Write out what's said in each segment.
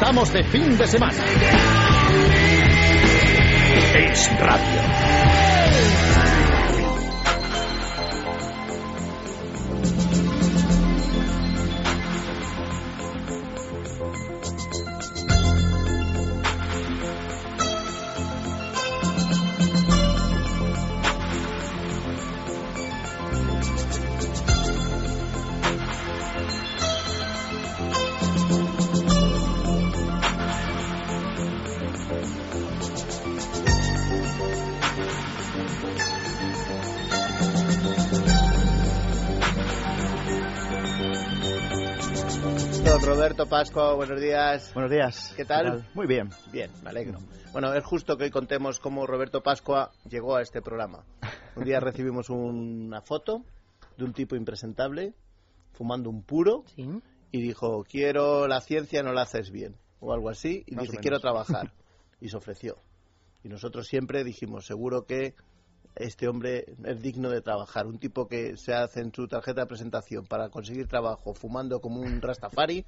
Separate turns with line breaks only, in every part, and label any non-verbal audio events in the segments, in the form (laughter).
Vamos de fin de semana. Es radio.
Roberto Pascua, buenos días.
Buenos días.
¿Qué tal? ¿Qué tal?
Muy bien.
Bien, me alegro. Bueno, es justo que hoy contemos cómo Roberto Pascua llegó a este programa. Un día recibimos una foto de un tipo impresentable fumando un puro
Sí.
y dijo, quiero la ciencia, no la haces bien, o algo así, y
Más o
dice,
menos.
quiero
(laughs)
trabajar. Y se ofreció. Y nosotros siempre dijimos, seguro que este hombre es digno de trabajar. Un tipo que se hace en su tarjeta de presentación para conseguir trabajo fumando como un rastafari,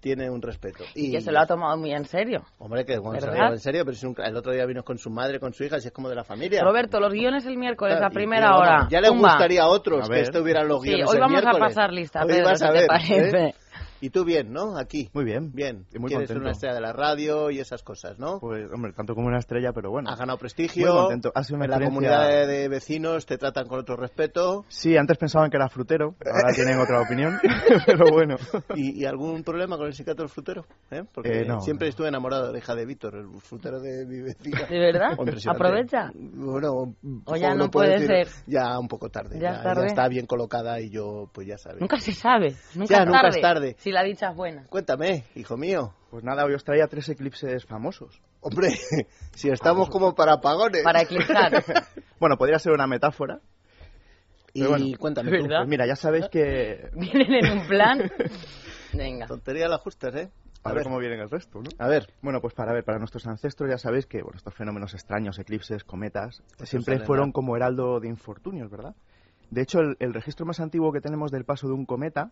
tiene un respeto.
Y que se lo ha tomado muy en serio.
Hombre, que bueno, se lo
¿Verdad?
digo en serio, pero si un- el otro día vino con su madre, con su hija, si es como de la familia.
Roberto, los guiones el miércoles,
Claro,
pues, a
y-
primera
pero vamos,
hora.
Ya le
Tumba.
gustaría a otros
A
que
ver.
estuvieran los
Sí,
guiones
hoy
el
vamos a
miércoles.
pasar lista,
Hoy
Pedro,
vas
si
a
te
ver,
parece.
¿eh? Y tú bien, ¿no? Aquí.
Muy bien.
Bien.
Y muy
Quieres ser
contento.
una estrella de la radio y esas cosas, ¿no?
Pues, hombre, tanto como una estrella, pero bueno.
Has ganado prestigio.
Muy contento. Ha sido una
en la
experiencia-
comunidad de, de vecinos te tratan con otro respeto.
Sí, antes pensaban que era frutero, ahora tienen otra
(laughs)
opinión, pero bueno.
¿Y, y algún problema con el sindicato del frutero? ¿Eh? Porque
Eh, no,
siempre
no.
estuve enamorado de la hija de Víctor, el frutero de mi
(laughs)
vecina.
¿De verdad?
(laughs) Impresionante.
Aprovecha.
Bueno,
O ya
jo,
no
puedo
puede
decir-
ser.
Ya un poco tarde.
Ya
Ya,
es tarde.
ya está bien colocada y yo, pues ya sabes.
Nunca se sabe. Nunca,
Ya,
es,
nunca
tarde,
es tarde.
Si la dicha es buena.
Cuéntame, hijo mío.
Pues nada, hoy os traía tres eclipses famosos.
Hombre, (laughs) si estamos como para apagones.
Para
(laughs)
eclipsar.
Bueno, podría ser una metáfora.
Y
Pero bueno,
cuéntame,
¿verdad?
tú,
Pues mira, ya sabéis que...
Vienen en un plan. Venga.
tontería las justas, ¿eh?
A ver cómo vienen el resto, ¿no?
a ver.
Bueno, pues para ver, para nuestros ancestros ya sabéis que bueno, estos fenómenos extraños, eclipses, cometas,
Pues
siempre
salen,
fueron
¿no?
como heraldo de infortunios, ¿verdad? De hecho, el, el registro más antiguo que tenemos del paso de un cometa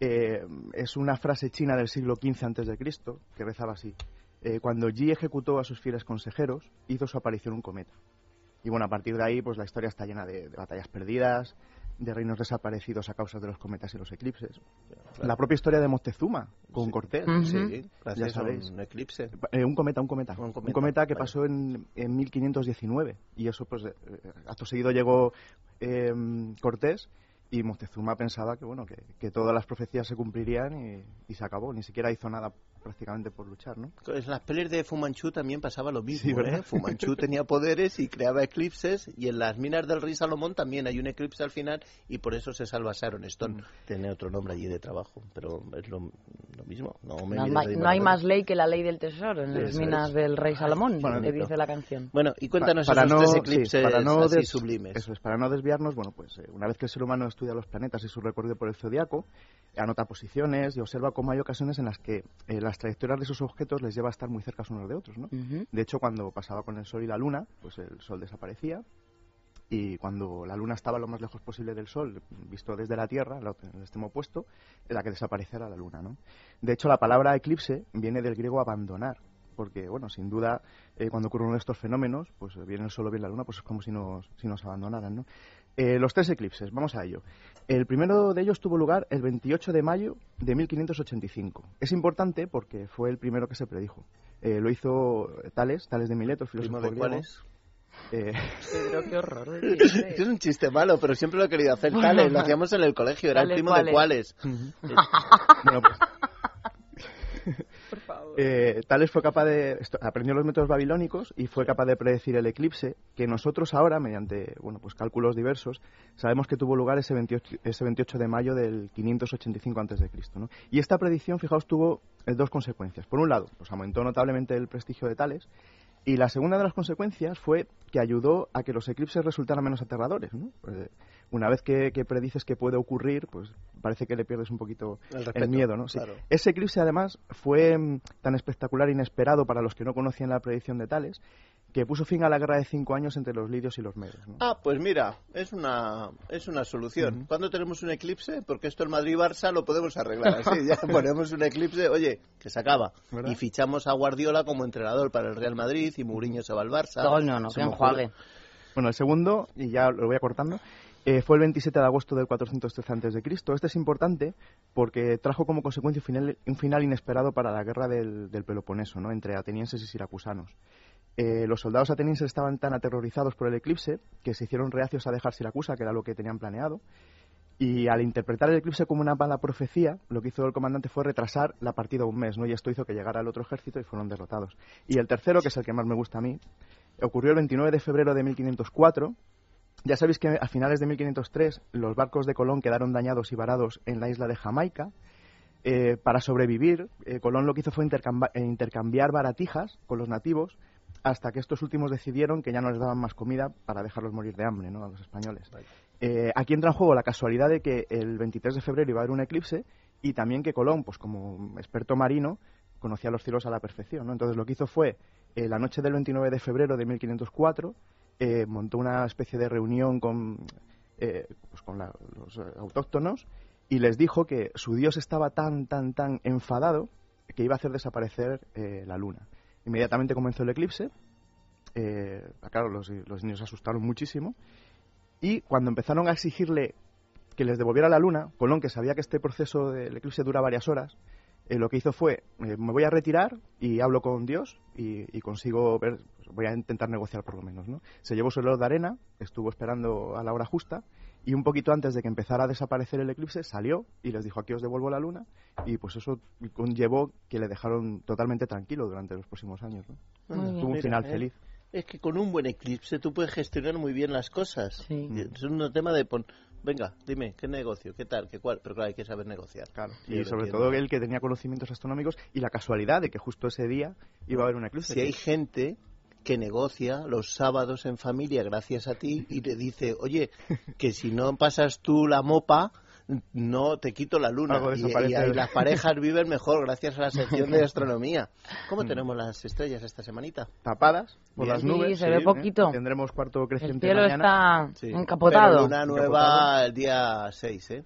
eh, es una frase china del siglo XV antes de Cristo que rezaba así: eh, cuando Yi ejecutó a sus fieles consejeros, hizo su aparición un cometa. Y bueno, a partir de ahí, pues la historia está llena de, de batallas perdidas, de reinos desaparecidos a causa de los cometas y los eclipses. La propia historia de Moctezuma con
Sí.
Cortés.
Mm.
Sí,
Ujú.
gracias
Ya
a
sabéis.
un eclipse.
Eh, un cometa, un cometa.
Un
Un
cometa,
cometa, que
vale.
pasó en, en 1519. Y eso, pues, eh, acto seguido llegó eh, Cortés y Moctezuma pensaba que, bueno, que, que todas las profecías se cumplirían y, y se acabó. Ni siquiera hizo nada prácticamente por luchar, ¿no?
En Pues las pelis de Fumanchu también pasaba lo
Sí,
mismo.
¿verdad?
¿eh?
(laughs)
Fumanchu tenía poderes y creaba eclipses. Y en las minas del Rey Salomón también hay un eclipse al final. Y por eso se salva Sharon Stone.
Mm.
Tiene otro nombre allí de trabajo, pero es lo, lo mismo. No, me
No,
mires
ma-
ahí,
no hay
Manolo.
más ley que la ley del tesoro en las
Eso
minas
es.
del rey Salomón,
Bueno,
que
bonito.
dice la canción.
Bueno, y cuéntanos
Pa-
esos tres
sí,
eclipses
para no
así
des-
sublimes.
Eso es, para no desviarnos, bueno, pues eh, una vez que el ser humano estudia los planetas y su recorrido por el zodiaco, anota posiciones y observa cómo hay ocasiones en las que eh, las trayectorias de esos objetos les lleva a estar muy cerca unos de otros, ¿no?
Ujú.
De hecho, cuando pasaba con el Sol y la Luna, pues el Sol desaparecía. Y cuando la Luna estaba lo más lejos posible del Sol, visto desde la Tierra, la otra- el extremo opuesto, la que desaparecía era la Luna. ¿no? De hecho, la palabra eclipse viene del griego abandonar. Porque, bueno, sin duda, eh, cuando ocurre uno de estos fenómenos, pues eh, bien el Sol o bien la Luna, pues es como si nos, si nos abandonaran. ¿no? Eh, los tres eclipses, vamos a ello. El primero de ellos tuvo lugar el 28 de mayo de 1585. Es importante porque fue el primero que se predijo. Eh, lo hizo Tales, Tales de Mileto, el filósofo
¿Primo de
griego.
cuáles?
Eh, (laughs)
Pedro, qué horror. ¿eh?
(laughs) Es un chiste malo, pero siempre lo he querido
(laughs)
hacer. Tales, lo hacíamos en el colegio, era el
Tales,
primo de cuáles.
cuales.
bueno, pues, eh, Tales fue capaz de esto- aprendió los métodos babilónicos y fue capaz de predecir el eclipse que nosotros ahora, mediante bueno, pues cálculos diversos, sabemos que tuvo lugar ese 28, ese 28 de mayo del 585 antes de Cristo. ¿no? Y esta predicción, fijaos, tuvo eh, dos consecuencias. Por un lado, pues aumentó notablemente el prestigio de Tales. Y la segunda de las consecuencias fue que ayudó a que los eclipses resultaran menos aterradores. ¿no? Eh, una vez que, que predices que puede ocurrir, pues parece que le pierdes un poquito
El
el,
respeto,
miedo. ¿no? Sí.
claro.
Ese eclipse, además, fue mm, tan espectacular e inesperado para los que no conocían la predicción de Tales que puso fin a la guerra de cinco años entre los lidios y los medios. ¿no?
Ah, pues mira, es una, es una solución. ¿Cuándo tenemos un eclipse? Porque esto el Madrid-Barça lo podemos
(laughs)
arreglar así. Ya ponemos un eclipse, oye, que se acaba.
¿Verdad?
Y fichamos a Guardiola como entrenador para el Real Madrid y Mourinho se va al Barça.
No, no, no,
Se
que
me
enjuague.
Bueno, el segundo, y ya lo voy acortando, eh, fue el 27 de agosto del 413 a.C. Este es importante porque trajo como consecuencia un final, un final inesperado para la guerra del, del Peloponeso, ¿no? entre atenienses y siracusanos. Eh, los soldados atenienses estaban tan aterrorizados por el eclipse que se hicieron reacios a dejar Siracusa, que era lo que tenían planeado. Y al interpretar el eclipse como una mala profecía, lo que hizo el comandante fue retrasar la partida un mes, ¿no? Y esto hizo que llegara el otro ejército y fueron derrotados. Y el tercero, que es el que más me gusta a mí, ocurrió el 29 de febrero de 1504. Ya sabéis que a finales de 1503 los barcos de Colón quedaron dañados y varados en la isla de Jamaica. Eh, para sobrevivir, eh, Colón lo que hizo fue intercamba- eh, intercambiar baratijas con los nativos hasta que estos últimos decidieron que ya no les daban más comida para dejarlos morir de hambre ¿no? a los españoles. Eh, aquí entra en juego la casualidad de que el 23 de febrero iba a haber un eclipse y también que Colón, pues como experto marino, conocía los cielos a la perfección. ¿no? Entonces lo que hizo fue, eh, la noche del 29 de febrero de 1504, eh, montó una especie de reunión con, eh, pues con la- los eh, autóctonos y les dijo que su dios estaba tan, tan, tan enfadado que iba a hacer desaparecer eh, la luna. Inmediatamente comenzó el eclipse. eh, claro, los, los niños se asustaron muchísimo. Y cuando empezaron a exigirle que les devolviera la luna, Colón, que sabía que este proceso del eclipse dura varias horas, eh, lo que hizo fue, eh, me voy a retirar y hablo con Dios y, y consigo ver, pues, voy a intentar negociar por lo menos. ¿no? Se llevó su reloj de arena, estuvo esperando a la hora justa y un poquito antes de que empezara a desaparecer el eclipse salió y les dijo, aquí os devuelvo la luna y pues eso conllevó que le dejaron totalmente tranquilo durante los próximos años. ¿no?
Muy bien.
Tuvo un
Mira,
final
¿eh?
feliz.
Es que con un buen eclipse tú puedes gestionar muy bien las cosas.
Sí.
Y Es un tema de... pon- Venga, dime, ¿qué negocio? ¿Qué tal? ¿Qué cuál? Pero claro, hay que saber negociar.
Claro,
Yo
y
lo
sobre
entiendo.
todo el que tenía conocimientos astronómicos y la casualidad de que justo ese día iba a haber un eclipse.
Si hay gente que negocia los sábados en familia gracias a ti y te dice, oye, que si no pasas tú la mopa, no te quito la luna.
Algo
Y,
desaparece.
y ahí las parejas viven mejor gracias a la sección de astronomía. ¿Cómo tenemos las estrellas esta semanita?
Tapadas por
Bien.
las
Sí,
nubes. ¿eh?
se ve poquito.
Tendremos cuarto
El
creciente (laughs)
cielo
mañana.
está
Sí. Pero
encapotado.
luna nueva
Encapotado.
el día 6, ¿eh?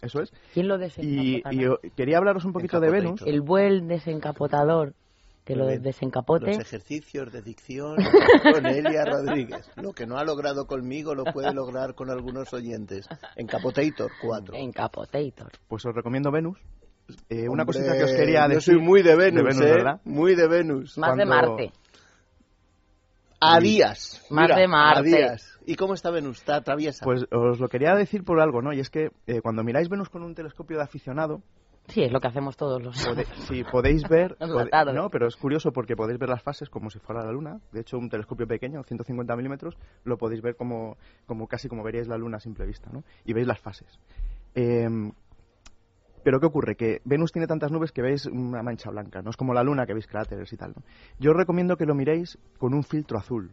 Eso es.
¿Quién lo
Y,
desencapota?
y yo quería hablaros un poquito de Venus.
Encapotadito.
El buen desencapotador que lo
Muy bien.
desencapote.
Los ejercicios de dicción con Elia Rodríguez. Lo que no ha logrado conmigo lo puede lograr con algunos oyentes. Encapotator 4.
Encapotator.
Pues os recomiendo Venus. Eh, una
Hombre,
cosita que os quería
yo
decir.
soy muy de Venus, ¿eh?
¿verdad?
Muy de Venus.
Más de
Cuando-
Marte.
A días.
Más
Mira,
de Marte.
A días. ¿Y cómo está Venus? Está traviesa.
Pues os lo quería decir por algo, ¿no? Y es que eh, cuando miráis Venus con un telescopio de aficionado,
Sí, es lo que hacemos todos los
Pode- sí, podéis
(laughs)
ver.
En la
pode-
tarde.
no, pero es curioso porque podéis ver las fases como si fuera la luna. De hecho, un telescopio pequeño, 150 milímetros, lo podéis ver como, como casi como veríais la luna a simple vista, ¿no? Y veis las fases. Em, pero ¿qué ocurre? Que Venus tiene tantas nubes que veis una mancha blanca, no es como la luna que veis cráteres y tal, ¿no? Yo os recomiendo que lo miréis con un filtro azul,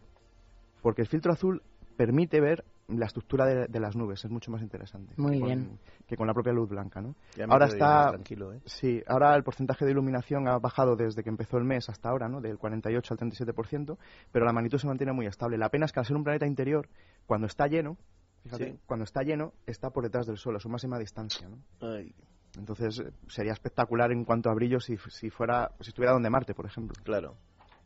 porque el filtro azul permite ver la estructura de, de las nubes, es mucho más interesante
Muy
que con-
bien.
que con la propia luz blanca, ¿no?
Ya me
Ahora
quedo yo más
está,
Tranquilo, ¿eh?
Sí, ahora el porcentaje de iluminación ha bajado desde que empezó el mes hasta ahora, ¿no? Del 48 al 37%, pero la magnitud se mantiene muy estable. La pena es que al ser un planeta interior, cuando está lleno, fíjate,
Sí.
cuando está lleno, está por detrás del Sol, a su máxima distancia, ¿no?
Ay,
Entonces eh, sería espectacular en cuanto a brillo si, si fuera, si estuviera donde Marte, por ejemplo.
claro.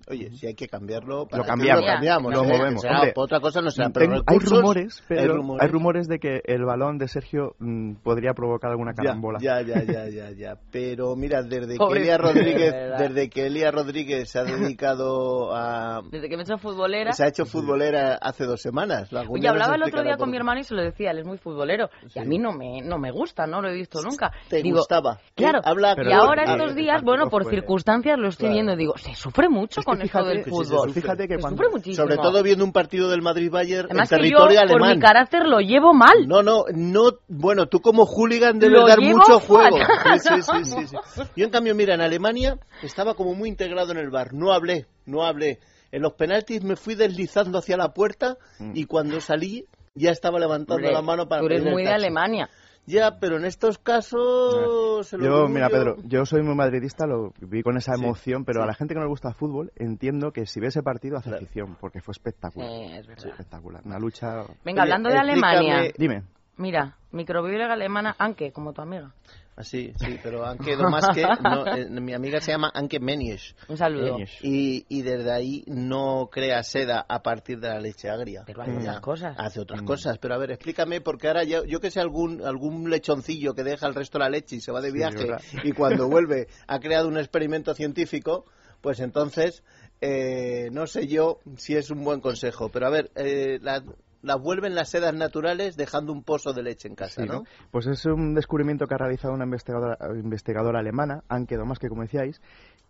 Oye, si hay que cambiarlo, para
Lo
ti
cambiamos.
lo cambiamos,
Lo
¿eh?
movemos,
Que será
hombre.
por otra cosa no será, pero
Tengo- Mm, hay
recursos,
rumores, pero
hay rumores.
de que el balón de Sergio mm, podría provocar alguna
Ya,
carambola.
Ya, ya, ya, ya, ya. Pero mira, desde que
Pobre
Elia Rodríguez,
de verdad.
desde que Elia Rodríguez se ha dedicado a
(laughs) Desde que me he hecho futbolera.
se ha hecho futbolera hace dos semanas. la
Oye,
Gundel nos
hablaba el otro
explicará
día
por
con mi
qué.
hermano y se lo decía, él es muy futbolero. Y a mí no me, no me gusta, no lo he visto nunca.
Te
Digo,
gustaba.
Claro,
Sí, habla
y
pero-
ahora
Ah,
estos
eh,
días,
tampoco
bueno, por
fue.
circunstancias lo estoy
Claro.
viendo, digo, se sufre mucho
Es que
con esto del
que sí, se
fútbol.
sufre. Fíjate que
Se
cuando-
sufre muchísimo.
Sobre todo viendo un partido del Madrid Bayern
Además
en
que yo,
territorio alemán.
por mi carácter, lo llevo mal.
No, no, no. Bueno, tú como hooligan debes
Lo
dar
llevo
mucho juego.
fatal.
Sí, sí, sí, sí, sí. Yo, en cambio, mira, en Alemania estaba como muy integrado en el bar. No hablé, no hablé. En los penaltis me fui deslizando hacia
Mm.
la puerta y cuando salí ya estaba levantando
Hombre,
la mano para
tú eres
pedir el
muy de
taxi.
Alemania.
Ya, pero en estos casos. se lo
Yo,
digo
mira,
yo.
Pedro, yo soy muy madridista, lo vi con esa
Sí,
emoción, pero
sí.
a la gente que no le gusta el fútbol entiendo que si ve ese partido hace
Claro.
afición, porque fue espectacular.
Sí, Eh, es verdad.
Espectacular. Una lucha.
Venga,
Oye,
hablando de
explícame-
Alemania.
Dime.
Mira, microbióloga alemana Anke, como tu amiga.
Ah, Sí, sí, pero Anke Domaske, no, eh, mi amiga se llama Anke Menies.
Un saludo.
Menies.
Y, y desde ahí no crea seda a partir de la leche agria.
Pero hace
Ya,
otras cosas.
Hace
Mm.
otras cosas. Pero a ver, explícame, porque ahora ya- yo que sé, algún, algún lechoncillo que deja el resto de la leche y se va de
Sí,
viaje
¿verdad?
y cuando vuelve ha creado un experimento científico, pues entonces eh, no sé yo si es un buen consejo. Pero a ver, eh, la- la vuelven las sedas naturales dejando un pozo de leche en casa,
Sí,
¿no?
¿no? Pues es un descubrimiento que ha realizado una investigadora, investigadora alemana, Anke Domaske, como decíais.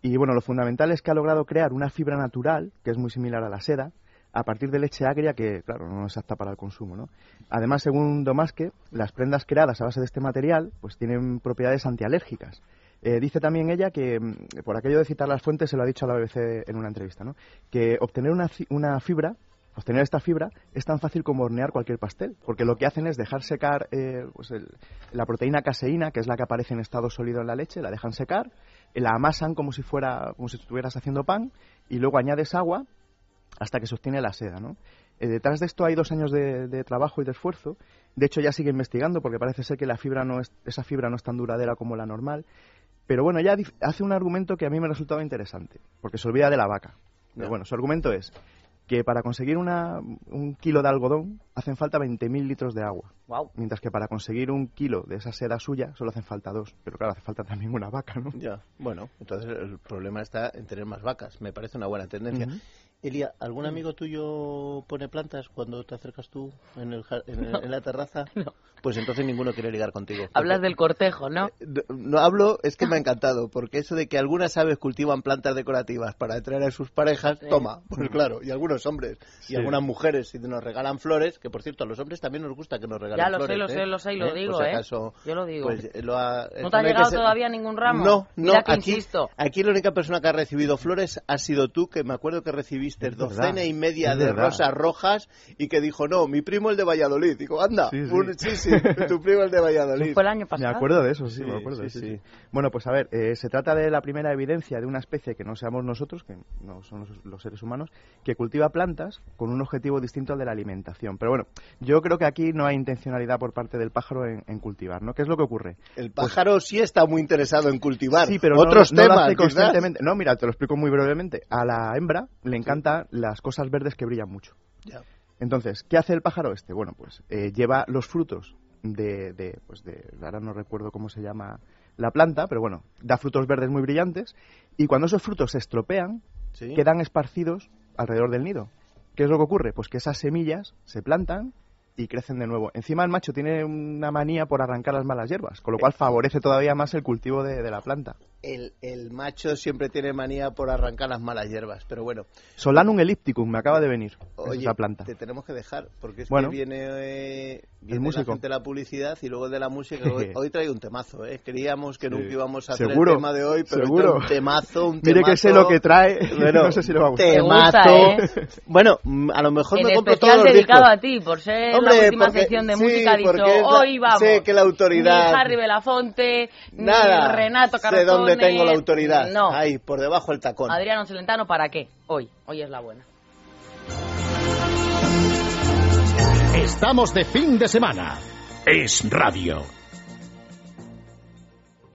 Y bueno, lo fundamental es que ha logrado crear una fibra natural, que es muy similar a la seda, a partir de leche agria, que claro, no es apta para el consumo, ¿no? Además, según Domaske, las prendas creadas a base de este material, pues tienen propiedades antialérgicas. Eh, dice también ella que, mm, por aquello de citar las fuentes, se lo ha dicho a la BBC en una entrevista, ¿no? Que obtener una, fi- una fibra, obtener Pues esta fibra, es tan fácil como hornear cualquier pastel, porque lo que hacen es dejar secar eh, pues el- la proteína caseína, que es la que aparece en estado sólido en la leche, la dejan secar, la amasan como si fuera, como si estuvieras haciendo pan, y luego añades agua hasta que sostiene la seda, ¿no? Eh, detrás de esto hay dos años de, de trabajo y de esfuerzo. De hecho, ya sigue investigando porque parece ser que la fibra no es, esa fibra no es tan duradera como la normal. Pero bueno, ya dif- hace un argumento que a mí me resultaba interesante, porque se olvida de la vaca. Pero
Ya.
bueno, su argumento es que para conseguir una- un kilo de algodón hacen falta 20.000 litros de agua,
Wow.
mientras que para conseguir un kilo de esa seda suya solo hacen falta dos. Pero claro, hace falta también una vaca, ¿no?
Ya, bueno, entonces el problema está en tener más vacas. Me parece una buena tendencia.
Ujú.
Elia, ¿algún amigo tuyo pone plantas cuando te acercas tú en, el ja- en, el- en la
(laughs)
terraza? Pues entonces ninguno quiere ligar contigo.
Hablas del Ah. cortejo, ¿no?
No, no hablo, es que me ha encantado, porque eso de que algunas aves cultivan plantas decorativas para atraer a sus parejas,
Sí.
toma, pues claro, y algunos hombres, y
Sí.
algunas mujeres, si nos regalan flores, que por cierto, a los hombres también nos gusta que nos regalen
Ya lo sé,
flores.
lo sé,
¿eh?
lo sé y lo
Por
digo,
si
¿eh?
acaso,
Yo lo digo.
pues, eh, lo ha-
¿No te
no
ha
hay que
llegado
ser-
todavía ningún ramo?
No, no,
Mira que
aquí,
insisto.
aquí la única persona que ha recibido flores ha sido tú, que me acuerdo que recibiste
Es verdad,
docena y media
es
de
verdad.
rosas rojas y que dijo, no, mi primo el de Valladolid. Digo, anda,
Sí, sí.
un- sí,
(laughs)
sí, tu primo el de
Eso
Valladolid.
fue el año pasado.
Me acuerdo de eso, sí,
Sí,
me acuerdo.
sí,
sí,
sí.
sí. Bueno, pues a ver, eh, se trata de la primera evidencia de una especie que no seamos nosotros, que no son los, los seres humanos, que cultiva plantas con un objetivo distinto al de la alimentación. Pero bueno, yo creo que aquí no hay intencionalidad por parte del pájaro en, en cultivar, ¿no? ¿Qué es lo que ocurre?
El pájaro sí está muy interesado en cultivar
Sí, pero no-
otros
no lo
temas.
hace
quizás.
constantemente. No, mira, te lo explico muy brevemente. A la hembra le encantan las cosas verdes que brillan mucho.
Ya.
Entonces, ¿qué hace el pájaro este? Bueno, pues eh, lleva los frutos de, de, pues de, ahora no recuerdo cómo se llama la planta, pero bueno, da frutos verdes muy brillantes y cuando esos frutos se estropean,
Sí.
quedan esparcidos alrededor del nido. ¿Qué es lo que ocurre? Pues que esas semillas se plantan y crecen de nuevo. Encima el macho tiene una manía por arrancar las malas hierbas, con lo cual favorece todavía más el cultivo de, de la planta.
El, el macho siempre tiene manía por arrancar las malas hierbas, pero bueno.
Solanum ellipticum me acaba de venir. Esa es
Oye,
la planta.
te tenemos que dejar, porque es
Bueno.
que viene, eh, viene
músico.
la gente de la publicidad y luego de la música.
(laughs)
Hoy, hoy trae un temazo, ¿eh? Creíamos que nunca íbamos a hacer
Seguro,
el tema de hoy, pero
seguro.
esto es un temazo, un
Mire que sé
temazo.
lo que trae, (laughs)
Bueno,
no sé si le va a gustar.
Te
Temazo.
gusta, ¿eh?
Bueno, mm, a lo mejor
en
me compro todos
especial
los
dedicado
discos.
a ti, por ser la
Hombre,
última
porque-
sección de
sí,
música, ha dicho,
porque es la-
hoy vamos.
sé que la autoridad-
Ni Harry Belafonte,
Nada.
ni Renato Cartone...
Sé dónde tengo la autoridad.
No,
Ahí, por debajo del tacón.
Adriano Celentano, ¿para qué? Hoy, hoy es la buena.
Estamos de fin de semana. Es radio.